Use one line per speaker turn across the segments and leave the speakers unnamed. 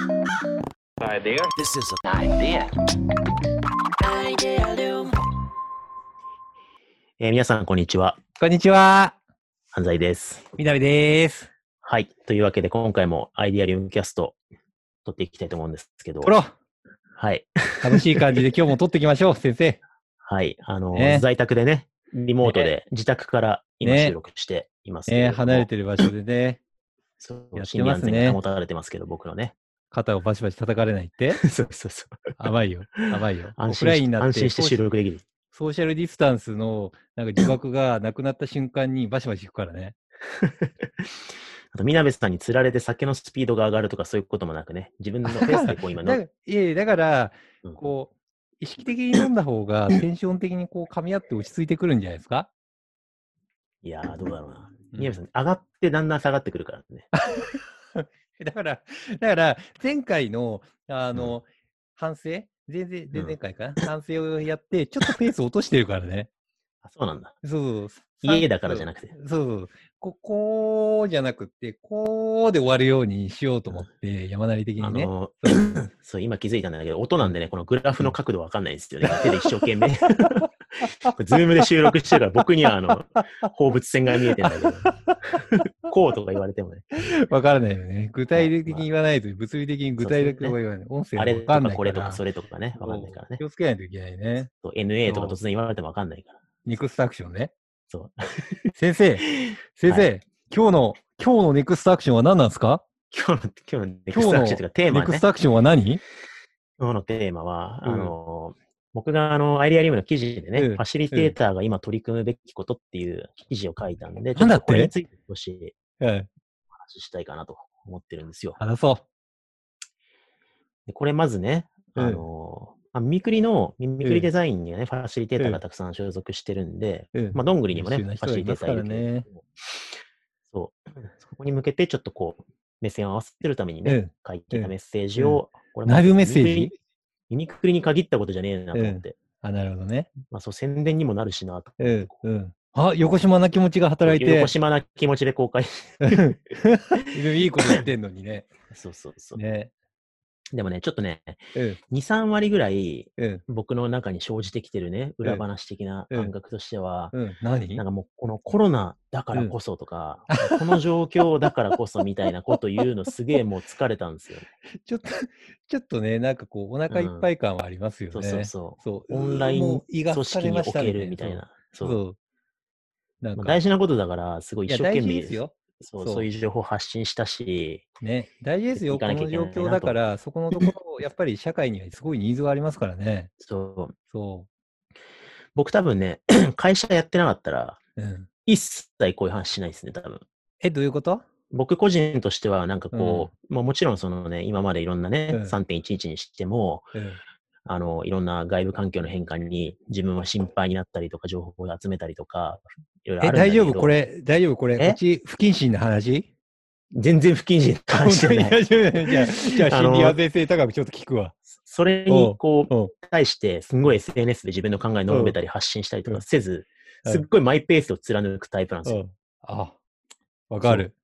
idea.
This is a
Idea.
えー皆さん、こんにちは。
こんにちは。
犯罪です。
みなみです。
はい。というわけで、今回もアイデアリウムキャスト、撮っていきたいと思うんですけど。
ほら、
はい。
楽しい感じで今日も撮っていきま しょう、先生。
はい。あの、
ね
在宅でね、リモートで、自宅から今
ね
収録していますけれ
ね、
ども
離れてる場所でね、
そう
やってますね
心理安全が保たれてますけど、僕の ね。
肩をバチバチ叩かれないって。
そうそうそう。
甘いよ、甘いよ。オフ
安心
ライン
し
に
て、
なっ
安
て
心して収録できる。
ソーシャルディスタンスのなんか呪縛がなくなった瞬間にバシバシ行くからね。
あと、みなべさんに釣られて酒のスピードが上がるとか、そういうこともなくね、自分のペースでこう今
だ
の
か、いえ、だから、
うん
こう、意識的に飲んだ方がテンション的にこう噛み合って落ち着いてくるんじゃないですか
いやー、どうだろうな。
うん
みなべさん、上がってだんだん下がってくるからね。
だから、だから、前回の、あの、反省前々、前々回かな、反省をやって、ちょっとペース落としてるからね。
あそうなんだ。
そうそう。
家だからじゃなくて。
そうそう。ここうじゃなくて、こうで終わるようにしようと思って、山なり的
あ
にね。
のー そう、今気づいたんだけど、音なんでね、このグラフの角度わかんないんですよね。手で一生懸命。これズームで収録してるから、僕にはあの、放物線が見えてんだけど。こうとか言われてもね、
わからないよね。具体的に言わないと、物理的に具体的には言わない。音声
あ
は
れ
わ
と
かん
か
ない
こ
から
れとかそれとかね、わかんないからね
気。をつけないといけないね。
そう NA とか突然言われてもわかんないから。
ネクストアクションね。
そう。
先生、先生、今日の、今日のネクストアクションは何なんですか
今日の、今日のネクストアクションというかテーマ
ネ
ね。
クストアクションは何
今日のテーマは、
うん
あの、僕があの、アイデアリウムの記事でね、
うん
ファシリテーターが今取り組むべきことっていう記事を書いたんで、
なんだって
ちょとこれについて少し
うん、
お話ししたいかなと思ってるんですよ。
話そう。
でこれまずね、
うん
あのーまあ、ミミクリの、ミミク
う
リ
ん
デザインにはね、ファシリテーター
う
が
ん
たくさん所属してるんで、
うん
まあ、どんぐりにもね、
優
フ
秀な人
ァ
が
シ
い
リテ
ま
ー
す
タ
か
ーい
ら
る
ね
けれども、そう、そこに向けてちょっとこう、目線を合わせてるためにね、
うん
書いてたメッセージを、これ
内部メッセージ
ミミクリミミクリに限ったことじゃねえなと思って、
あ、なるほどね。
まあ、そう宣伝にもなるしなと。
うん、うん。あ、横島な気持ちが働いて
横、島な気持ちで公開。
でもいいこと言ってんのにね。
そうそう そう。
ね。
でもね、ちょっとね、
うん、
2、3割ぐらい
うん、
僕の中に生じてきてるね、裏話的な
うん
感覚としては、
うん。何
なんかもうこのコロナだからこそとか、この状況だからこそみたいなこと言うのすげえもう疲れたんですよ、ね。
ちょっと、ちょっとね、なんかこう、お腹いっぱい感はありますよね。
そうそうそ
そう
う。オンライ
も
ン
う胃が疲
組織
れ
に
ま
お
した
けるみたい。な。
そ。
そうう。
そうなん
ま
か
あ、大事なことだから、すごい
い
一
や
生
大
懸
事
命
ですよ。
そう
そう
そういう情報発信したし、
ね。大事ですよ。
行
こ
かなきゃい
の
け
状
ない
況だ
なと
から、そこのところ、やっぱり社会にはすごいニーズがありますからね。
そう。
そ
僕多分ね、 会社やってなかったら、
う。うん。
一切こういう話しないですね、多分。
え、どういうこと
僕個人としては、なんかこう、まあもちろんそのね、今までいろんなね、
うん
3.11にしても、
うん。
あの、いろんな外部環境の変化に自分は心配になったりとか、情報を集めたりとか、いろいろあ
え、
るんだ
大
けど
丈夫こ。れ、大丈夫これ、
え
うち不謹慎な話
全然不謹慎な感じ
本当
で、
に
ね、
大丈夫だよじ ゃあ、じゃあ、
あの
心理安全性高くちょっと聞くわ。
それにこ
おうおう
う、対して、すんごい SNS で自分の考えを述べたり発信したりとかせず、
うん
すっごいマイペースを貫くタイプなんですよ。
うん。あ、わかる。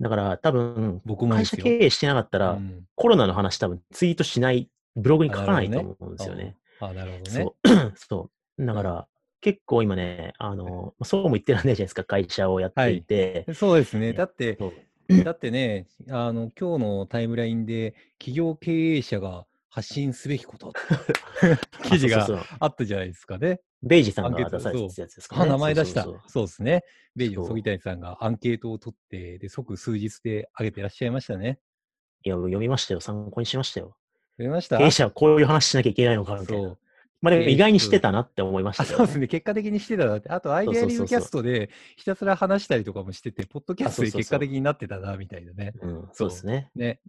だから多分、
僕もで
会
す
社
よ。
経営してなかったら、
うん
コロナの話多分ツイートしない、ブログに書かないと思うんですよね。
あ、なるほどね。
そう。 そう。だから、結構今ね、あの、そうも言ってらんないじゃないですか、会社をやっていて。
そうですね。だって、
そう
だってね、あの、今日のタイムラインで、企業経営者が発信すべきことって記事
あ
が
そうそうそう
あったじゃないですかね。
ベイジさん
アンケ
が
ート
出されてたやつですか、ね。
あ、名前出した。
そ
そうう
そう
ですね。ベイジの
そう
杉谷さんがアンケートを取って、で、即数日で上げてらっしゃいましたね。
そういや、読みましたよ。参考にしましたよ。
取れました
経営者はこういう話しなきゃいけないのかみたい
そ
な。
う。
まあでも意外にしてたなって思いまし
あ
たけ
そう
ど
で
ね、
すね。結果的にしてたなって。あと、アイデアリウムキャストでひたすら話したりとかもしてて、ポッドキャストで
あそうそうそう
結果的になってたな、みたいなね。
うん、そうですね。
ね。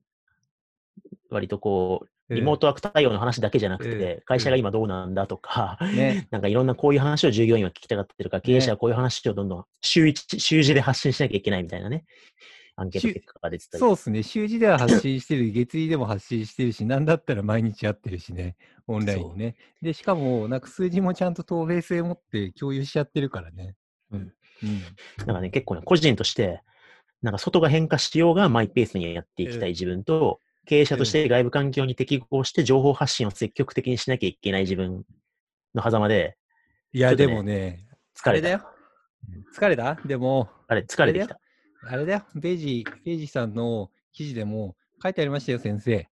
割とこう、リモー
ト。
トワーク対応の話だけじゃなくて、
ええ
会社が今どうなんだとか、
ね。
なんかいろんなこういう話を従業員は聞きたがってるから、経営者はこういう話をどんどん週一、週次で発信しなきゃいけないみたいなね、アンケート結果が出てたりとか
そうですね、週次では発信してる、月次でも発信してるし、なんだったら毎日やってるしね、オンラインね。で、しかも、なんか数字もちゃんと透明性持って共有しちゃってるからね。
うん。
うん、
なんかね、結構ね、個人として、なんか外が変化しようがマイペースにやっていきたい自分と、経営者として外部環境に適合して情報発信を積極的にしなきゃいけない自分の狭間で
いや、
ちょ
で
っとね
もね、
疲
あ
れ
れだ
た。
よ。疲れたでも、
あれ、疲れてきた。
あれだよ。ベージ、ベージさんの記事でも書いてありましたよ、先生。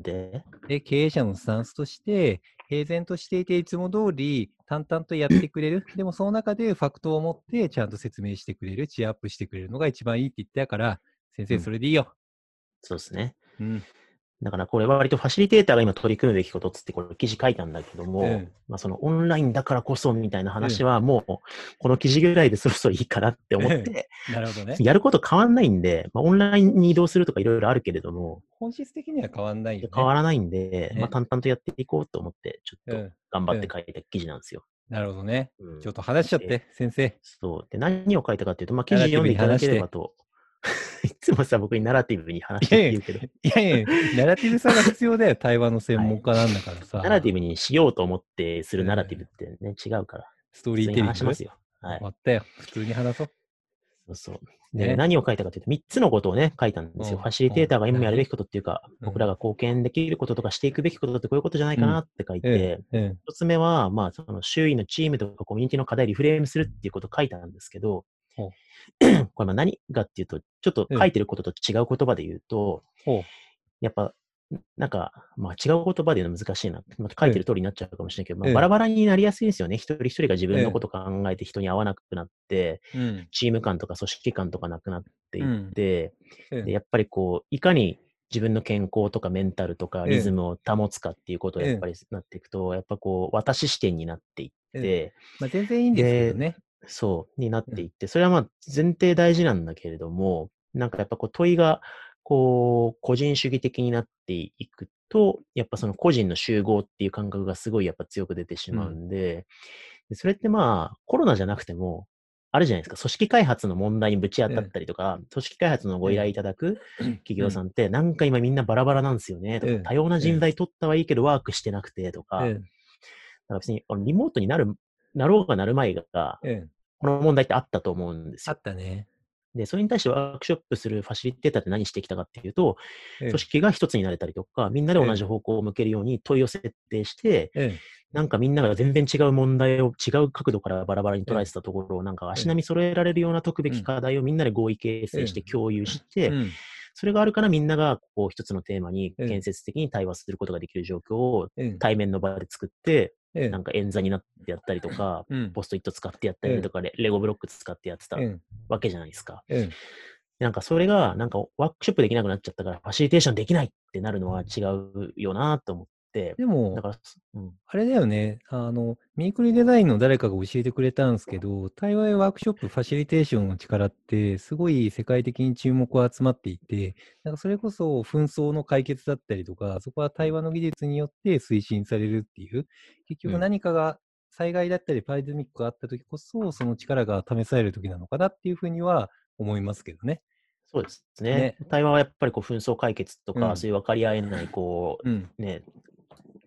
で、
で、経営者のスタンスとして、平然としていて、いつも通り淡々とやってくれる。でも、その中でファクトを持って、ちゃんと説明してくれる、チアアップしてくれるのが一番いいって言ってたから、先
う
生、
ん
それでいいよ。
そうですね。
うん。
だからこれは割とファシリテーターが今取り組むべきことっつってこれ記事書いたんだけども、
うん
まあそのオンラインだからこそみたいな話はもうこの記事ぐらいでそろそろいいかなって思って、。
なるほどね
やること変わんないんで、まあ、オンラインに移動するとかいろいろあるけれども、
本質的には変わんないよ、ね。
変わらないんで、
ね
まあ淡々とやっていこうと思って、ちょ
う
っと
ん。
頑張って書いた記事なんですよ。
なるほどね。
うん
ちょっと話しちゃって、先生。
そう。で、何を書いたかっていうと、まあ記事読んでいただければと。 いつもさ、僕にナラティブに話してって言うけ
い
ど、
やいや、ナラティブさが必 要だよ、対話の専門家なんだからさ。
ナラティブにしようと思ってするナラティブってね、違うから。
ストー
普
リ
通
ー
に
テリング。
話しますよ。はい
終わ。ったよ。普通に話そう。
そうそう。で、
ね
何を書いたかというと、3つのことをね、書いたんですよ。
うん
ファシリテーターが今やるべきことっていうか、
うん
僕らが貢献できることとかしていくべきことってこういうことじゃないかなって書いて、
うん。
一つ目は、まあ、その周囲のチームとかコミュニティの課題をリフレームするっていうことを書いたんですけど、
ほう
これまあ何がっていうと、ちょっと書いてることと違う言葉で言うと、
ほう。
やっぱ、なんか、まあ、違う言葉で言うの難しいな。まあ書いてる通りになっちゃうかもしれないけど、ま
え
あ、
え
バラバラになりやすいんですよね。一人一人が自分
え
の
え
こと考えて人に合わなくなって、
うん。
チーム感とか組織感とかなくなっていって、
うん
でやっぱりこう、いかに自分の健康とかメンタルとか
ええ
リズムを保つかっていうことを
ええ
やっぱりなっていくと、やっぱこう、私視点になっていって、
まあ、全然いいんですけどね。
そう、になっていって、それはまあ前提大事なんだけれども、なんかやっぱこう問いが、こう、個人主義的になっていくと、やっぱその個人の集合っていう感覚がすごいやっぱ強く出てしまうんで、でそれってまあコロナじゃなくても、あるじゃないですか、組織開発の問題にぶち当たったりとか、組織開発のご依頼いただく企業さんって、なんか今みんなバラバラなんですよね、とか
うん
多様な人材取ったはいいけどワークしてなくてとか、
う
だか
ん。
ら別にあのリモートになる、なろうがなるまいが、
うん。
この問題ってあったと思うんです
あ
よ。
ったね。
で、それに対してワークショップするファシリテーターって何してきたかっていうと、
うん
組織が一つになれたりとか、みんなで同じ方向を向けるように問いを設定して、
うん。
なんかみんなが全然違う問題を違う角度からバラバラに捉えてたところを、なんか足並み揃えられるような解くべき課題をみんなで合意形成して
うん
共有し
う
て、
ん。
それがあるからみんながこう一つのテーマに
うん
建設的に対話することができる状況を
うん。
対面の場で作っ
う
て、
ん
なんか演座になってやったりとか、
うん。
ポストイット使ってやったりとか、レレゴブロック使ってやってた
うん。
わけじゃないですか。
うん。
なんかそれが、なんかワークショップできなくなっちゃったから、ファシリテーションできないってなるのは違うよなと思って、
でも
だ、から、うん、
あれだよね。あの、ミークリデザインの誰かが教えてくれたんですけど、対話やワークショップ、ファシリテーションの力って、すごい世界的に注目を集まっていて、なんかそれこそ紛争の解決だったりとか、そこは対話の技術によって推進されるっていう、結
う
局
ん
何かが、災害だったりパイデミックがあった時こそ、その力が試される時なのかなっていうふうには思いますけどね。
そうですね。
ね
対話はやっぱりこう紛争解決とか、
うん
そういう分かり合えない、こ
うん。
う、ね、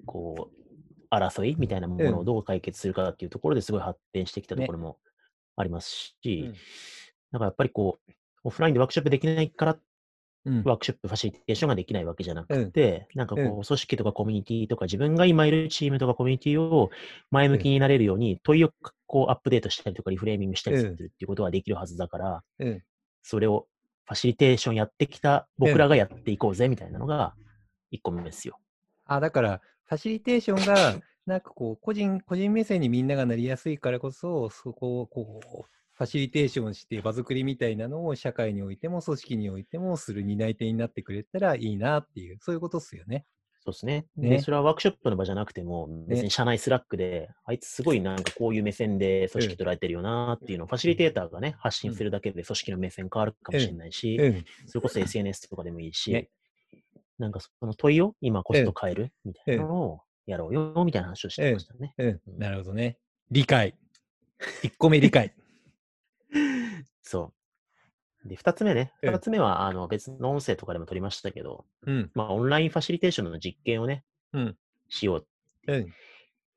こう、争いみたいなもの
う
を
ん
どう解決するかっていうところですごい発展してきたところもありますし、
うん
なんかやっぱりこう、オフラインでワークショップできないから、
うん。
ワークショップ、ファシリテーションができないわけじゃなく
うん。
で、なんかこう、
う
組織とかコミュニティとか、自分が今いるチームとかコミュニティを前向きになれるように、問いをこうアップデートしたりとか、リフレーミングしたりする
うん
っていうことはできるはずだから、
うん。
それをファシリテーションやってきた僕らがやっていこうぜみたいなのが1個目ですよ。
あ、だから、ファシリテーションが、なんかこう、個人、個人目線にみんながなりやすいからこそ、そこをこう、ファシリテーションして、場作りみたいなのを社会においても、組織においても、する担い手になってくれたらいいなっていう、そういうことっすよね。
そうですね。
ね
で、それはワークショップの場じゃなくても、別に社内スラックで、あいつすごいなんかこういう目線で組織捉えてるよなっていうのを、ファシリテーターがね、発信するだけで組織の目線変わるかもしれないし、
うん。
それこそ SNS とかでもいいし、
ね
なんかその問いを今こそ変えるみたいなのをやろうよみたいな話をしてましたね。
うん。なるほどね。理解。1個目理 解。
そう。で、二つ目ね。
ええ
二つ目は、あの、別の音声とかでも取りましたけど、
うん。
まあ、オンラインファシリテーションの実験をね、
うん。
しよう。
うん。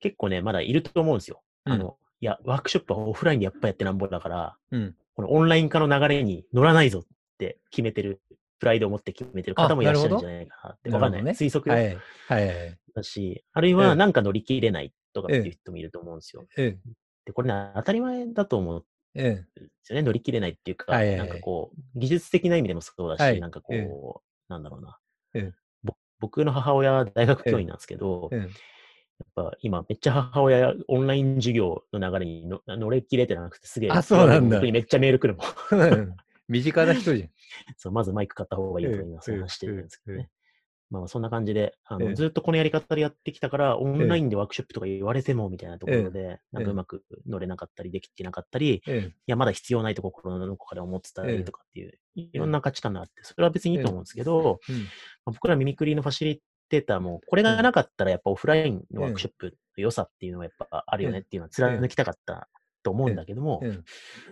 結構ね、まだいると思うんですよ。
うん
あの、いや、ワークショップはオフラインでやっぱやってなんぼだから、
うん。
このオンライン化の流れに乗らないぞって決めてるプライドを持って決めてる方もいらっしゃるんじゃないかなって、わかんない。
なるほどね
推測
は
よ
い。はいはいはい。
だし、あるい
ええ
はなんか乗り切れないとかってい
ええ
う人もいると思うんですよ。
ええ。
で、これね、当たり前だと思うんで
え
すよね。乗り切れないっていうか、
はいはいは
ないんかこう、技術的な意味でもそうだし、
はい
なんか
え
こう、なんだろうな。
ええ
ぼ僕の母親は大学教員なんですけど、
え。
やっ
ええ
ぱ今めっちゃ母親やオンライン授業の流れにの乗り切れてなくてすげえ、
あそうなんだ
僕にめっちゃメール来るもん。
うん身近な人じゃん。
そうまずマイク買った方がいいとか
ええ
今そういう話してるんですけど
ええ
ね。まあまあそんな感じで、あの
ええ
ずっとこのやり方でやってきたから、オンラインでワークショップとか言われてもみたいなところで、なんかうまく乗れなかったりできてなかったり、い
え
や、まだ必要ないとこ心のどこかで思ってた
ええ
りとかっていう、いろんな価値観があって、それは別にいいと思うんですけど、
え。うん
まあ僕らミミクリーのファシリテーターも、これがなかったらやっぱオフラインのワークショップの良さっていうのはやっぱあるよねっていうのは貫きたかったと思うんだけども
う、ん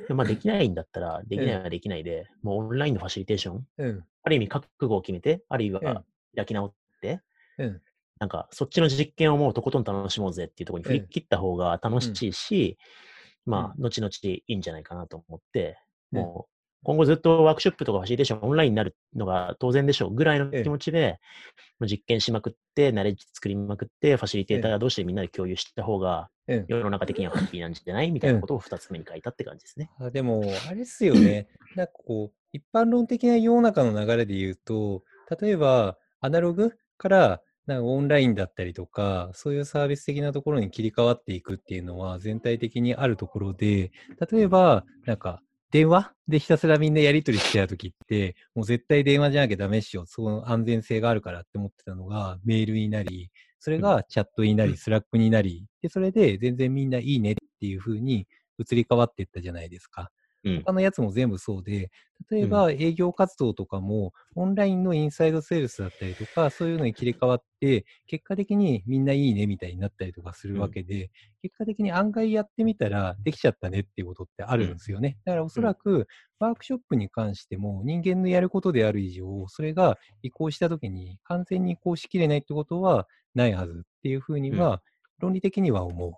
でまあできないんだったら、できないはできないで、もうオンラインのファシリテーション
うん
ある意味覚悟を決めて、あるい
うん
は開き直って、
うん
なんかそっちの実験をもうとことん楽しもうぜっていうところに振り切った方が楽しいし、まあ、後々いいんじゃないかなと思って、
うん
もう、今後ずっとワークショップとかファシリテーションオンラインになるのが当然でしょうぐらいの
ええ
気持ちで、もう実験しまくって、ナレッジ作りまくって、ファシリテーター同士でみんなで共有した方が、
ええ
世の中的にはハッピーなんじゃないみたいなことを2つ目に書いたって感じですね。
あでも、あれっすよね。なんかこう、一般論的な世の中の流れで言うと、例えば、アナログから、なんかオンラインだったりとか、そういうサービス的なところに切り替わっていくっていうのは全体的にあるところで、例えば、なんか、電話でひたすらみんなやり取りしてたときって、もう絶対電話じゃなきゃダメっしょ。その安全性があるからって思ってたのがメールになり、それがチャットにな
う
り、
ん
スラックになり、で、それで全然みんないいねっていう風に移り変わっていったじゃないですか。
うん
他のやつも全部そうで、例えば営業活動とかも、オンラインのインサイドセールスだったりとか、そういうのに切り替わって、結果的にみんないいねみたいになったりとかするわけで、結果的に案外やってみたらできちゃったねっていうことってあるんですよね。だからおそらく、ワークショップに関しても、人間のやることである以上、それが移行したときに完全に移行しきれないってことはないはずっていうふうには、論理的には思う。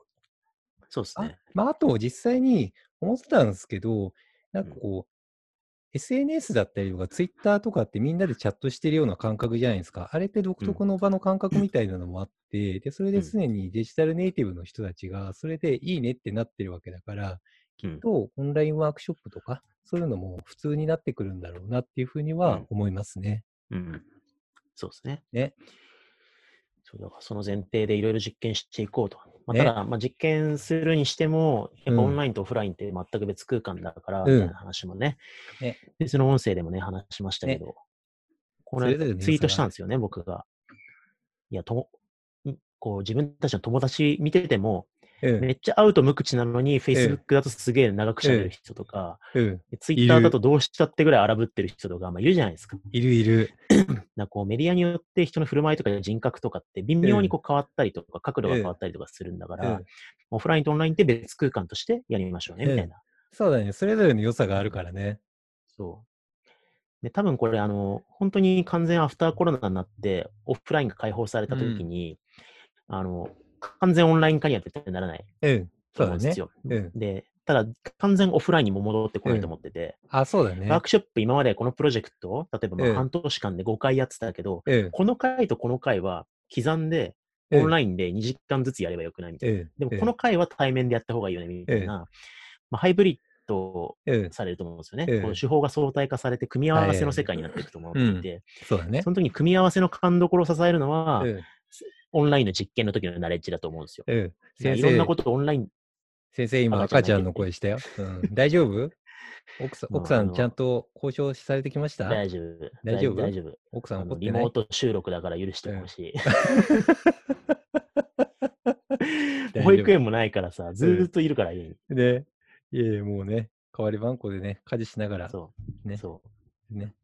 そうですね。
あまあ、あと、実際に思ってたんですけど、なんか
うん
こう、SNS だったりとか、Twitter とかってみんなでチャットしてるような感覚じゃないですか。あれって独特の場の感覚みたいなのもあって、で、それで
うん
常にデジタルネイティブの人たちが、それでいいねってなってるわけだから、
うん
と、オンラインワークショップとか、そういうのも普通になってくるんだろうなっていうふうに
う
は
ん
思いますね。
うん。そうですね。
ね。
そうだからその前提でいろいろ実験していこうと。まあ、
ね
ただ、まあ、実験するにしても、やっぱ
うん
オンラインとオフラインって全く別空間だから、
うん
みたいな話もね、
ね
別の音声でもね、話しましたけど、こ
それぞれの良
れ
さが
ツイートしたんですよね、僕が。いや、ともんこう自分たちの友達見てても、
うん。
めっちゃ会うと無口なの
ん
に、Facebook だとすげえ長く喋る人とか、
うん。
Twitter だとどうしたってぐらい荒ぶってる人とか、まあ、いるじゃないですか。
いるいる。
なんかこうメディアによって人の振る舞いとか人格とかって微妙にこう変わったりとか、角度が変わったりとかするんだか
う
ら
ん、
オフラインとオンラインって別空間としてやりましょうね、みたいな。
そうだね。それぞれの良さがあるからね。
そう。で、多分これ、あの、本当に完全アフターコロナになって、オフラインが解放された時に、あの、完全オンライン化には絶対ならない
うん。そ
と
う
思
だ
うんで
ね
す。よ。
うん
で、ただ、完全オフラインにも戻ってこないと思ってて、
あ、そうだね。
ワークショップ今までこのプロジェクトを、例えばま
うん
あ半年間で5回やってたけど、
え
この回とこの回は刻んで、
え、
オン
イン
ラインで2時間ずつやればよくないみたいな。
ええ、
でも、この回は対面でやった方がいいよね、みたいな、まあ、ハイブリッド
ええ、ええ、
されると思うんですよね。
ええ
この手法が相対化されて、組み合わせの世界になっていくと思っていて、
そうだね
そ。の時に組み合わせの勘どころを支えるのは、
え
オンラインの実験の時のナレッジだと思うんですよ。
え、ええ
い
先
ろんな
生
こ、とをオンライン、
先生、今赤
赤
ち
ち
ゃ
ゃ
ん
ん
の
が
声したよ。うん、大丈夫 奥さん、
まあ
奥さ
あ
ん、
の
ちゃんと交渉されてきました
大丈夫。
大丈夫
大丈夫。
奥さん
あ
怒
の
っ
リ
てな
モー
い
ト収録だから許してほ しい。
夫
保育園もないからさ、ずーっといるから家に。
ね。いえいえ、もうね、代わり番号でね、家事しながら、
そ
ね
う。、そ
ね。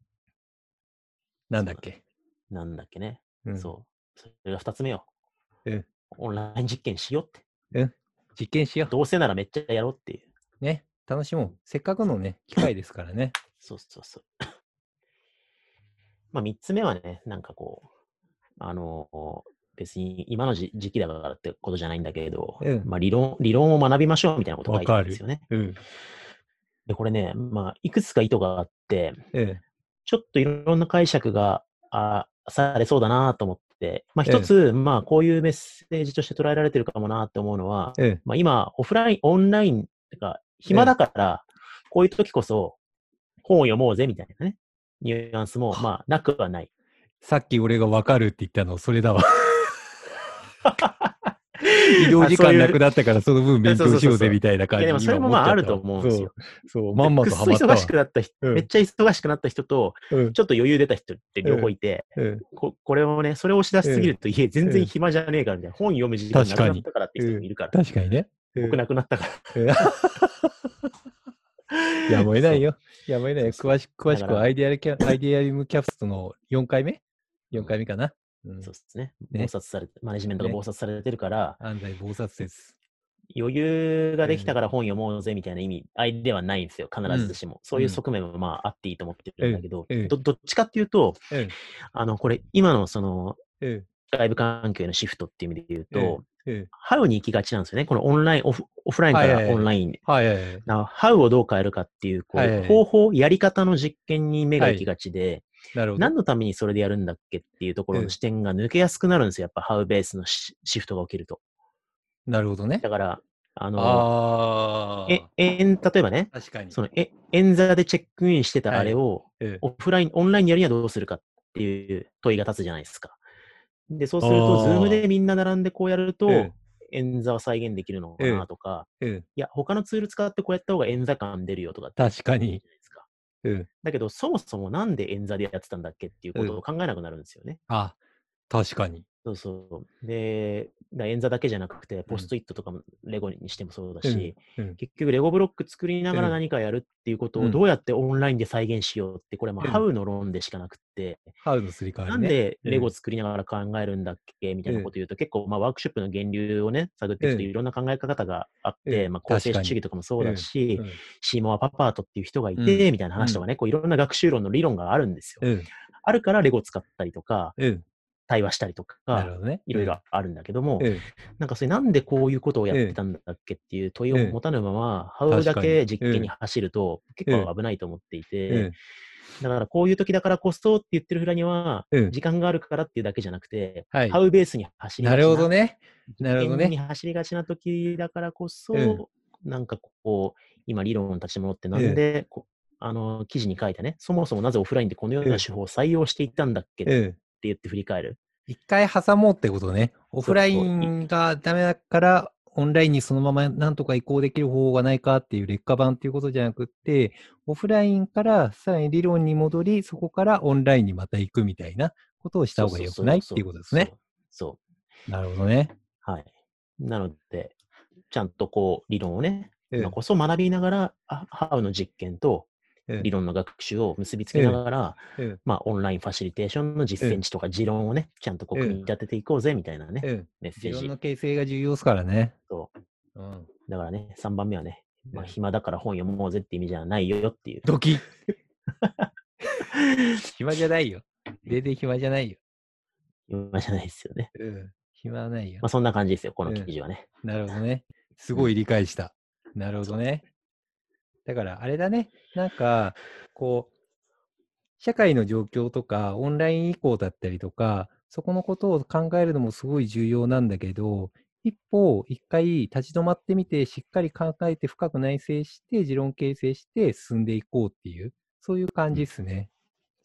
なんだっけ。
う。なんだっけね。
うん
そう。それが二つ目よ。
うん
オンライン実験しようって。
実験しよ
どうせならめっちゃやろうっていう。
う。ね。楽しもう。せっかくの ね、機会ですからね。
そうそうそう。 まあ三つ目はね、なんかこう、あの別に今のじ時期だからってことじゃないんだけれど、
うん
まあ理論、理論を学びましょうみたいなことが書いてあるんですよね。
うん。
で、これね、まあいくつか意図があって、
え
ちょっといろんな解釈があされそうだなと思って、まあ、一つ、まあ、こういうメッセージとして捉えられてるかもなって思うのは、
ええ、
まあ、今、オフライン、オンラインとか、暇だから、こういう時こそ、本を読もうぜみたいなね、ニュアンスも、まあ、なくは ない。
さっき俺がわかるって言ったの、それだわ。移動時
あそう
間
いう
なくなったから、その分勉強しよう
そうそうそうそ
ぜ
う
みたいな感
い
じ
やでもそれもまああると思うんですよ。
そう、そうまんま
く
と
っそ
ハマったわ
忙しくなった人、
うん
めっちゃ忙しくなった人と、
うん
ちょっと余裕出た人って両方いて、
うん
ここれをね、それを押し出しすぎると、いえ、全然暇じゃねえからみたいな、本読む時間なくなったからっていう人もいるから、
確かにね。
僕なくなったから。
やむを得ない
よ。
よ。やむを得ないよ。
そ
詳
うそう
しく、詳し
だ
く
か
は
ら
アイデアルキャアイデアリウムキャプストの4回目 ?4 回目かな。うん
そうですね。
ね
謀殺されて、マネジメントが
ね
謀殺されてるから、
安西謀殺説。
余裕ができたから本読もうぜみたいな意味、あいではないんですよ、必ずしも。そういう側面もまああっていいと思ってるんだけど、
ええええ
どどっちかっていうと、
え
あの、これ、今のその、
え、え
外部環境へのシフトっていう意味で言うと、
ええ、ええ。
ハウに行きがちなんですよね。このオンライン、オフオフラインか
はいはい
ら
はい
オンラインで。
はいはいはい。
なハウをどう変えるかっていう、こ
はいはいは
う
い
方法、やり方の実験に目が行きがちで、
なるほど
何。のためにそれでやるんだっけっていうところ
ええ
の視点が抜けやすくなるんですよ。やっぱハウベースのシシフトが起きると。
なるほどね。
だから、あの、
あ
え
あ。、
円、例えばね、
確かに。
その、え、円座でチェックインして
は
た
い
あれを、
ええ
オフライン、オンラインにやるにはどうするかっていう問いが立つじゃないですか。で、そうする
あ
と、
ー
ズームでみんな並んでこうやると、
え
円座は再現できるのかなとか、
え、ええ
いや、他のツール使ってこうやった方が円座感出るよとかって
確かに。
言うじゃないですか。
うん。
だけど、そもそもなんで円座でやってたんだっけっていうことを考えなくなるんですよね。
あ、確かに。
そうそう。で、だ円座だけじゃなくて、ポストイットとかもレゴにしてもそうだし、
うんうん
結局レゴブロック作りながら
うん
何かやるっていうこと
う
を
ん
どうやってオンラインで再現しようって、これも
うん
ハウの論でしかなくって、
ハウのすり替わりね。
なんでレ
う
ゴ
ん
作りながら考えるんだっけみたいなこと言うと、結構まあワークショップの源流をね、探っていくと
うん
いろんな考え方があっ
う
て、
ん
まあ構成
確かに
主義とかもそうだし、
うん
シーモア・パパートっていう人がい
うん
て、みたいな話とかね、こういろんな学習論の理論があるんですよ。
うん。
あるからレゴ使ったりとか、
うん。
対話したりと
なる
か、
ほどね。
いろいろあるんだけども、
ええ。
なんかそれなんでこういうことをやってたんだっけっていう問いを
ええ
持たぬまま、ハウだけ実験に走ると結
ええ
構危ないと思ってい
え
て
え、。
だからこういう時だからこそって言ってる裏には、
ええ。
時間があるからっていうだけじゃなくて、
はい
ハ。ウベースに走りが
な
ちな
るほどね。なるほど
実験に
ね。
走りがちな時だからこそ、
うん
なんかこう、今理論立ち戻って、なんでこあの記事に書いたね、そもそもなぜオフラインでこのよう
ええ
な手法を採用していったんだっけって
ええ。
言って振り返る。
一回挟もうってことね。オフラインがダメだから、オンラインにそのままなんとか移行できる方法がないかっていう劣化版っていうことじゃなくって、オフラインからさらに理論に戻り、そこからオンラインにまた行くみたいなことをした方が良くないっていうことですね。
そう。そう
なるほどね。
そうはい。なので、ちゃんとこう、理論をね、
ええ
今こそ学びながら、あハウの実験と
え
理論の学習を結びつけながら、
ええ
まあ、オンラインファシリテーションの実践値とか、持論をね、ちゃんとこう
ええ
組み立てていこうぜみたいなね、
ええ
メッ
理
セー
論
ジ
の。形成が重要ですからね。
そ
うん、
だからね、3番目はね、まあ、
ええ
暇だから本読もうぜって意味じゃないよっていう。
ドキ ッ暇じゃないよ。全然暇じゃないよ。
暇じゃないですよね。
うん、暇はないよ
まあ、。そんな感じですよ、この
ええ
記事はね。
なるほどね。すごい理解した。なるほどね。だから、あれだね。なんか、こう、社会の状況とか、オンライン移行だったりとか、そこのことを考えるのもすごい重要なんだけど、一方、一回立ち止まってみて、しっかり考えて深く内省して、持論形成して進んでいこうっていう、そういう感じですね。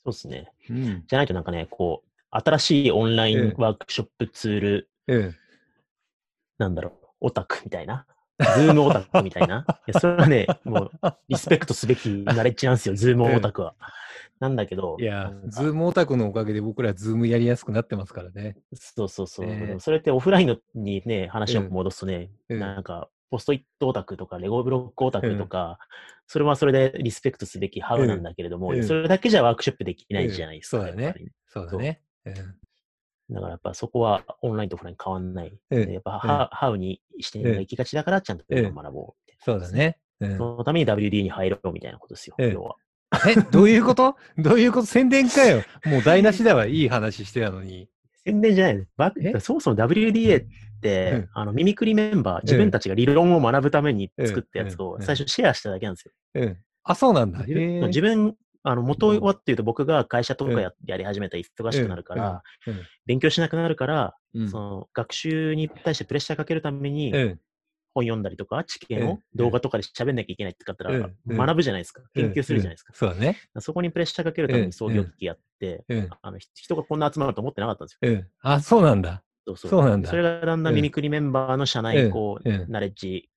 そうですね。
うん。
じゃないとなんかね、こう、新しいオンライ
ええ
ンワークショップツール、
うん。
なんだろう、オタクみたいな。ズームオタクみた いな。いやそれはね、もう、リスペクトすべきナレッジなんで すよ、ズームオタクは。なんだけど、
いや
なん、か
ズームオタクのおかげで僕らズームやりやすくなってますからね。
そうそうそう。
ねえ
でもそれってオフラインのにね、話を
うん
戻すとね、
うん
なんか、ポストイットオタクとか、レゴブロックオタクとか、それはそれでリスペクトすべきハウなんだけれども、
うん
それだけじゃワークショップできないじゃないですか。
うんそうだね
やっぱり
そうだね。うん。
だからやっぱそこはオンラインとオフライン変わんない。
ええ
でやっぱハ,、ハウにして
ええ
いきがちだから、ちゃんと理論を学ぼうみたいな
そうだね。うん
そのために WD に入ろうみたいなことですよ、
ええ
要は。
え、どういうことどういうこと宣伝かよ。もう台無しだわ。いい話してたのに。
宣伝じゃないですバ
え
ッ。そもそも WDA っ
う
て
ん、
あの、ミミクリメンバー、自分たちが理論を学ぶために作ったやつ
うん
を
うん
最初シェアしただけなんですよ
うん。あ、そうなんだ。
自分
へえ
自分あの、元はっていうと僕が会社とかや,、やり始めたら忙しくなるから、
うん
勉強しなくなるから、
うん
その学習に対してプレッシャーかけるために、
うん
本読んだりとか、知見
う
を
ん
動画とかで喋んなきゃいけないってかったら
う、ん
学ぶじゃないですか。研究するじゃないですか。
そうだね。
そこにプレッシャーかけるために創業機器やって、
うん。
あのひ人がこんな集まると思ってなかったんですよ。
うん。あ、そうなんだ。
そうそう
そうなんだ
それがだんだんミニクリメンバーの社
う
内、
ん
こう、
うん
ナレッジ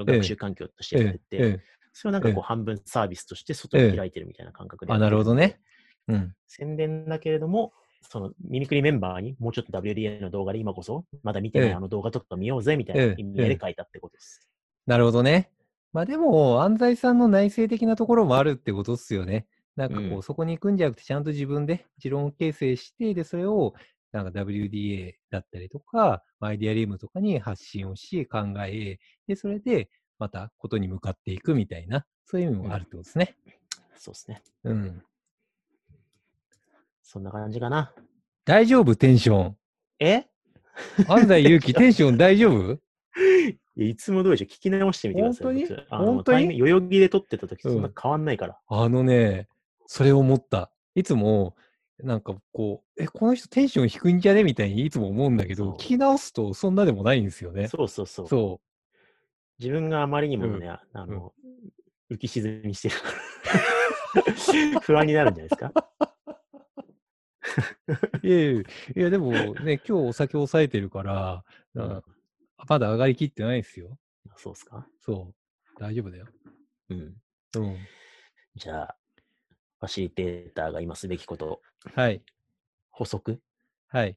を学習環境としてやってて、
うん
それをなんか
う
こ
ん
う半分サービスとして外に開いてるみたいな感覚で、
あ、なるほどね。。うん。
宣伝だけれども、そのミニクリメンバーにもうちょっと WDA の動画で今こそ、まだ見てな
う
い
ん
あの動画とか見ようぜみたいな意味合いで書いたってことです。
なるほどね。まあでも、安西さんの内省的なところもあるってことっすよね。なんかこう、
うん
そこに行くんじゃなくて、ちゃんと自分で持論形成して、で、それを、なんか WDA だったりとか、アイデアリウムとかに発信をし、考え、で、それで、またことに向かっていくみたいな、そういう意味もあるってことですね。
そうですね。
うん。
そんな感じかな。
大丈夫テンション。
え
安西祐樹、テンション大丈夫
いやいつも通りでしょ。聞き直してみてください。
本当に
普通あの
本当に
対面代々木で撮ってた時そんな変わんないから。
あのね、それを思った。いつも、なんかこう、え、この人テンション低いんじゃねみたいにいつも思うんだけど、
そう
聞き直すとそんなでもないんですよね。
そうそうそう。
そ
自分があまりにもね、
う
あの、浮き沈みしてる から。不安になるんじゃないですか。
う。いやいやいや、でもね、今日お酒抑えてる から、なまだ上がりきってないですよ。
そうっすか。
そう。大丈夫だよ。
うん。
うん。
じゃあ、ファシリテーターが今すべきこと、
はい。
補足
はい。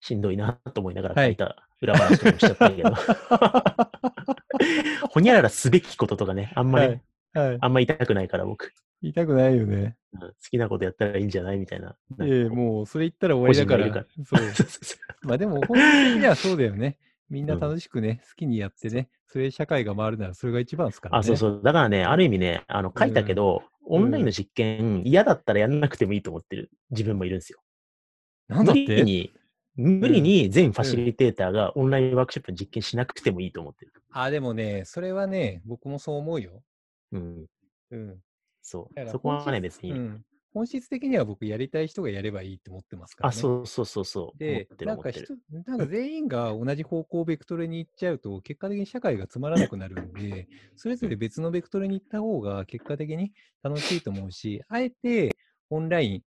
しんどいなと思いなが
は
ら
い
書いた裏話とかもしちゃったけど、 ほにゃららすべきこととかね、あんまり、
はいはい。
あんまり痛くないから僕、
言いたくないよね。
うん好きなことやったらいいんじゃないみたいな。
え
なん
え
かこう
もうそれ言ったら終わりだから。そう。
そう そうそ
まあでも、本質的にはそうだよね。みんな
うん
楽しくね、好きにやってね、それで社会が回るならそれが一番ですか
う
らね。
あ、そうそう。だからね、ある意味ね、あの書いたけど、
うんうん
オンラインの実験、嫌だったらやんなくてもいいと思ってる自分もいるんですよ。
なんだっ
無理
て
に、無理に全ファシリテーターがオンラインワークショップの実験しなくてもいいと思ってる。
あ、でもね、それはね、僕もそう思うよ。
うん。
うん。
そ
だか
う。
ら
そこはね、
本
別
質
に。
うん。本質的には僕、やりたい人がやればいいって思ってますから、
あ、
ね。
そうそうそうそう。
で
思っ、てる
なん
思
か
って
ひ
る
と、なんか全員が同じ方向ベクトルに行っちゃうと、結果的に社会がつまらなくなるんで、それぞれ別のベクトルに行った方が結果的に楽しいと思うし、あえてオンライン、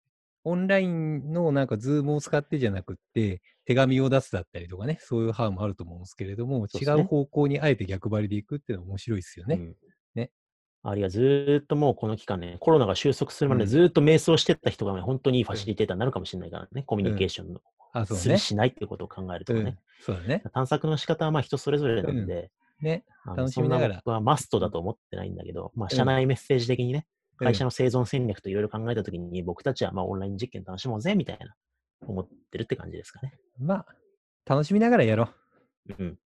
オンラインのなんかズームを使ってじゃなくって、手紙を出すだったりとかね、そういう班もあると思うんですけれども、
そう
違
ですね
う方向にあえて逆張りで行くっていうのは面白いですよ
う
ね。
ん
ね
あるいはずーっともうこの期間ね、コロナが収束するま
う
で
ん
ずーっと瞑想してた人がね、本当にいいファシリテーターになるかもしれないからね、コミュニケーションの、
あ、そう
する
ね。
しないっていうことを考えると
う
か
ん
ね、、
そうだね。
探索の仕方はまあ人それぞれなんで、
ね。
あの
楽しみながら
そん僕はマストだと思ってないんだけど、まあ
うん
社内メッセージ的にね、
うん
会社の生存戦略といろいろ考えたときに、僕たちはまあオンライン実験楽しもうぜみたいな、思ってるって感じですかね。
まあ、楽しみながらやろう。
うん、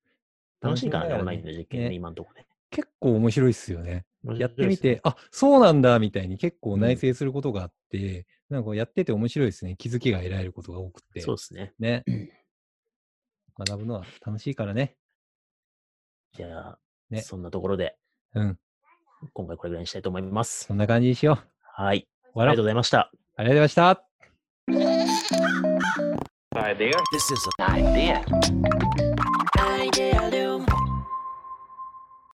楽しいからね、
楽しみなが
オンラ
ら
イ
ね
ンの実験ね、
ね
今のところね。
結構面白いっすよね。やってみ
面白い
て、あそうなんだみたいに結構内省することがあって、なんかやってて面白いですね。気づきが得られることが多く
で
て。
すね、そうですね。
ね。学ぶのは楽しいからね。
じゃあ、
ね
そんなところで、
うん。
今回これぐらいにしたいと思います。
そんな感じにしよう。
はい。あ
終わろ
りが
う
とう。ございました。
ありがとうございました。
This is an idea. Idealium.